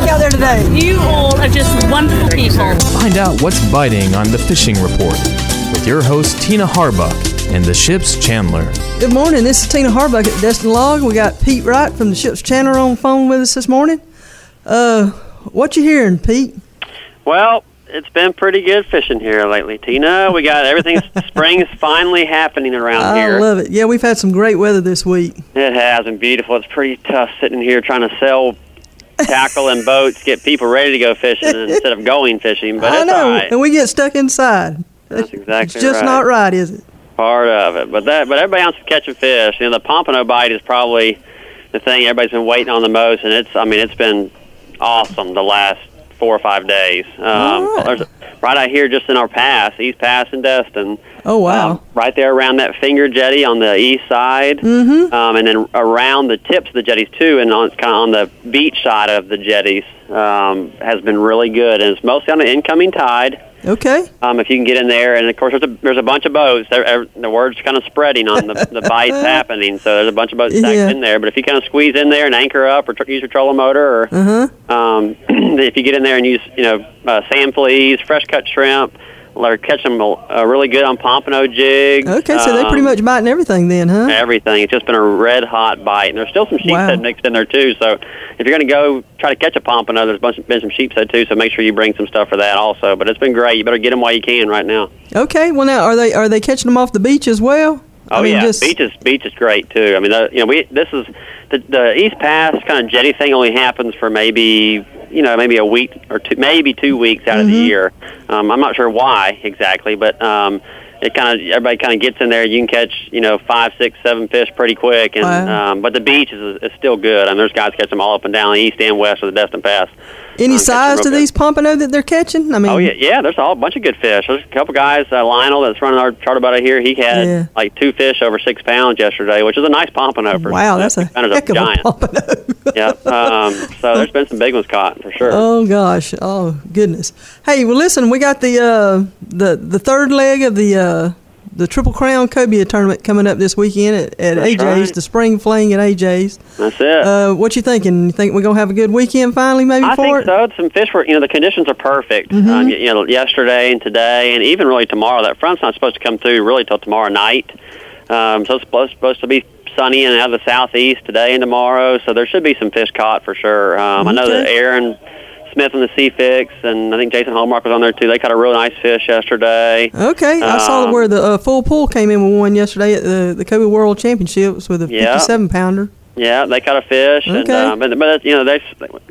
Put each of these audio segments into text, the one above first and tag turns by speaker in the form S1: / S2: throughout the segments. S1: show. You all are just wonderful people.
S2: Find out what's biting on the fishing report with your host Tina Harbuck and the ship's Chandler.
S3: Good morning. This is Tina Harbuck at Destin Log. We got Pete Wright from the ship's Chandler on the phone with us this morning. Uh, what you hearing, Pete?
S4: Well, it's been pretty good fishing here lately, Tina. We got everything. spring's finally happening around
S3: I
S4: here.
S3: love it. Yeah, we've had some great weather this week.
S4: It has been beautiful. It's pretty tough sitting here trying to sell tackle and boats, get people ready to go fishing instead of going fishing. But
S3: I
S4: it's
S3: know,
S4: all right.
S3: and we get stuck inside.
S4: That's
S3: It's
S4: exactly
S3: just
S4: right.
S3: not right, is it?
S4: Part of it, but that, but everybody else is catching fish. You know, the pompano bite is probably the thing everybody's been waiting on the most, and it's. I mean, it's been awesome the last four or five days. Um,
S3: All right.
S4: there's- right out here, just in our pass, East Pass and Destin.
S3: Oh wow.
S4: Um, right there around that finger jetty on the east side, mm-hmm. um, and then around the tips of the jetties too, and on kind of on the beach side of the jetties um, has been really good, and it's mostly on the incoming tide.
S3: okay.
S4: Um, if you can get in there, and of course there's a, there's a bunch of boats. There, er, the word's kind of spreading on the the bites happening, so there's a bunch of boats stacked
S3: Yeah.
S4: in there. But if you kind of squeeze in there and anchor up, or tr- use your trolling motor, or
S3: Uh-huh.
S4: um, if you get in there and use you know uh, sand fleas, fresh cut shrimp, or catch them uh, really good on pompano jigs.
S3: Okay, so they pretty
S4: um,
S3: much biting everything then, huh?
S4: everything. It's just been a red hot bite, and there's still some sheep's
S3: Wow.
S4: head mixed in there too. So if you're going to go try to catch a pompano, there's bunch, been some sheep's head too. So make sure you bring some stuff for that also. But it's been great. You better get them while you can right now.
S3: Okay. Well, now are they are they catching them off the beach as well?
S4: Oh yeah, beach is beach is great too. I mean, the, you know, we this is the the East Pass kind of jetty thing only happens for maybe you know maybe a week or two, maybe two weeks out of the year. Um, I'm not sure why exactly, but um, it kind of everybody kind of gets in there. You can catch you know five, six, seven fish pretty quick, and
S3: Wow.
S4: um, but the beach is is still good. I mean, there's guys catch them all up and down, east and west of the Destin Pass.
S3: Any
S4: Um, catch 'em
S3: size
S4: real
S3: to
S4: good.
S3: these pompano that they're catching? I mean,
S4: Oh yeah, yeah. There's a whole bunch of good fish. There's a couple guys, uh, Lionel, that's running our charter boat out here. He had
S3: Yeah.
S4: like two fish over six pounds yesterday, which is a nice pompano. For
S3: Wow, that's a
S4: six pounders,
S3: heck of
S4: giant.
S3: a pompano.
S4: yeah. Um, so there's been some big ones caught for sure.
S3: Oh gosh! Oh goodness! Hey, well, listen, we got the uh, the the third leg of the uh, the Triple Crown Cobia tournament coming up this weekend at, at
S4: That's
S3: AJ's,
S4: right.
S3: the spring fling at AJ's.
S4: that's it.
S3: Uh, what you thinking? You think we're gonna have a good weekend finally? Maybe
S4: I
S3: for
S4: think
S3: it? Mm-hmm.
S4: so. Some fish were, you know, the conditions are perfect. Um, you, you know, yesterday and today, and even really tomorrow. That front's not supposed to come through really till tomorrow night. Um, so it's supposed, supposed to be sunny and out of the southeast today and tomorrow. So there should be some fish caught for sure. Um, I know that
S3: Okay.
S4: Aaron Smith and the Sea Fix, and I think Jason Hallmark was on there too. They caught a real nice fish yesterday.
S3: Okay, I saw
S4: Um,
S3: where the uh, full pool came in with one yesterday at the the Kobe World Championships with a
S4: Yeah.
S3: 57 pounder.
S4: Yeah, they caught a fish. And,
S3: Okay.
S4: uh, but but you know, they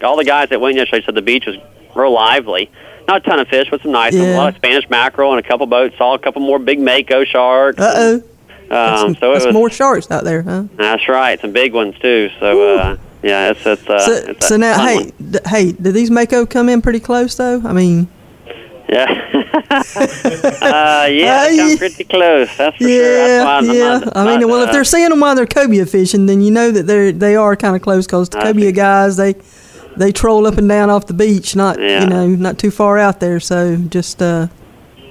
S4: all the guys that went yesterday said the beach was real lively. Not a ton of fish, but some nice ones.
S3: Yeah.
S4: A lot of Spanish mackerel and a couple boats. Saw a couple more big mako sharks.
S3: Uh oh,
S4: Um, so it was.
S3: more sharks out there, huh?
S4: That's right, some big ones too. So uh, yeah, it's it's. Uh,
S3: so,
S4: it's a
S3: so now,
S4: fun
S3: hey,
S4: one.
S3: d- hey, do these Mako come in pretty close though? I mean,
S4: Yeah. uh, yeah, they
S3: Hey.
S4: come pretty close. That's for
S3: yeah,
S4: sure. That's why I'm not-
S3: yeah. I mean,
S4: not,
S3: well, if
S4: uh,
S3: they're seeing them while they're cobia fishing, then you know that they're they are kind of close because the
S4: I see.
S3: cobia guys they they troll up and down off the beach, not
S4: Yeah.
S3: you know not too far out there. So just uh,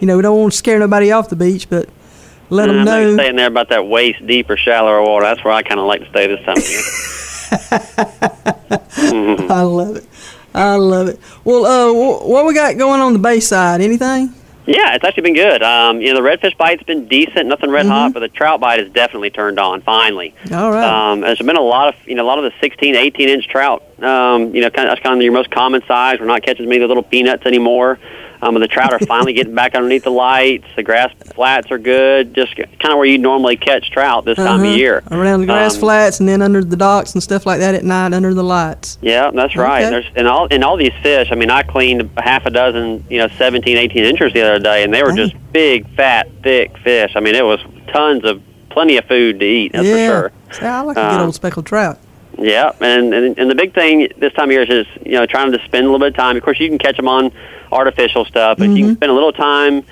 S3: you know, we don't want to scare nobody off the beach, but let
S4: Mm,
S3: them
S4: I know you're
S3: know.
S4: staying there about that waist deep or shallower water. That's where I kind of like to stay this time of year.
S3: I love it. I love it. Well, uh, wh- what we got going on the bay side? Anything?
S4: Yeah, it's actually been good. Um, you know, the redfish bite's been decent, nothing red hot, but the trout bite is definitely turned on finally.
S3: Mm-hmm. All right.
S4: Um, there's been a lot of you know a lot of the 16, 18 inch trout. Um, you know, kind of, that's kind of your most common size. We're not catching as many of the little peanuts anymore. Um, but the trout are finally getting back underneath the lights. The grass flats are good, just kind of where you normally catch trout this time of
S3: Uh-huh.
S4: year.
S3: Around the grass
S4: Um,
S3: flats and then under the docks and stuff like that at night under the lights.
S4: Yeah, that's right.
S3: Okay.
S4: There's and all and all these fish. I mean, I cleaned a half a dozen, you know, 17, 18 inches the other day, and they were
S3: Dang.
S4: just big, fat, thick fish. I mean, it was tons of plenty of food to eat. That's
S3: yeah.
S4: for sure.
S3: See, I like a good
S4: Um,
S3: old speckled trout.
S4: Yeah, and, and and the big thing this time of year is just you know trying to spend a little bit of time. Of course, you can catch them on artificial stuff, but if you can spend a little time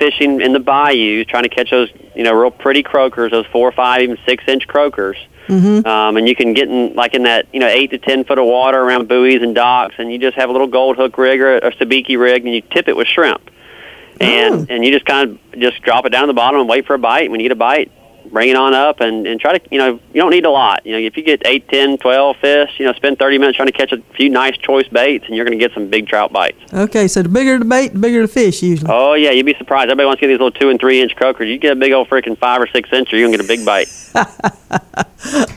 S4: fishing in the bayous, trying to catch those you know real pretty croakers, those four, five, even six inch croakers. Um, and you can get in like in that you know eight to ten foot of water around buoys and docks, and you just have a little gold hook rig or a sabiki rig, and you tip it with shrimp, and and you just kind of just drop it down to the bottom and wait for a bite. When you get a bite, bring it on up and, and try to, you know, you don't need a lot. You know, if you get eight, ten, twelve fish, you know, spend 30 minutes trying to catch a few nice choice baits and you're going to get some big trout bites.
S3: Okay, so the bigger the bait, the bigger the fish usually.
S4: Oh, yeah, you'd be surprised. Everybody wants to get these little two and three inch croakers. You get a big old freaking five or six incher, you're going to get a big bite.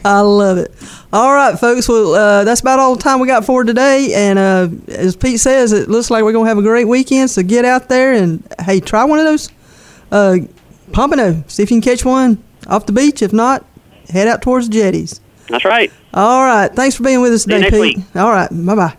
S3: I love it. All right, folks. Well, uh, that's about all the time we got for today. And uh, as Pete says, it looks like we're gonna have a great weekend. So get out there and hey, try one of those uh, pompano. See if you can catch one off the beach. If not, head out towards the jetties.
S4: That's right.
S3: All right. Thanks for being with us
S4: you
S3: today,
S4: next
S3: Pete.
S4: week.
S3: All right. Bye bye.